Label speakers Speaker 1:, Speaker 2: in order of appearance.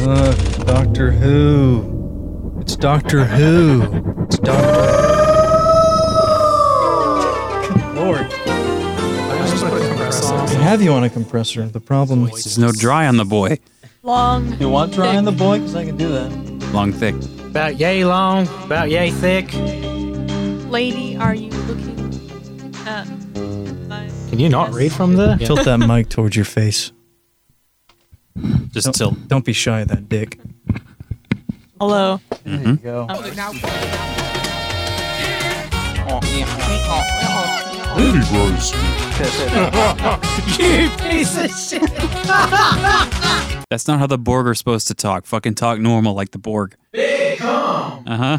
Speaker 1: Uh, Doctor Who. It's Doctor Who. It's Doctor. Lord, I have you on a compressor. The problem is
Speaker 2: There's no dry on the boy.
Speaker 3: Long.
Speaker 1: you want drying the boy because I can do that.
Speaker 2: Long thick.
Speaker 4: About yay long, about yay thick.
Speaker 3: Lady, are you looking at my.
Speaker 4: Can you not read from there?
Speaker 1: Tilt that mic towards your face.
Speaker 2: Just
Speaker 1: Don't,
Speaker 2: tilt.
Speaker 1: Don't be shy, of that dick.
Speaker 3: Hello.
Speaker 2: That's not how the Borg are supposed to talk. Fucking talk normal like the Borg. Uh huh.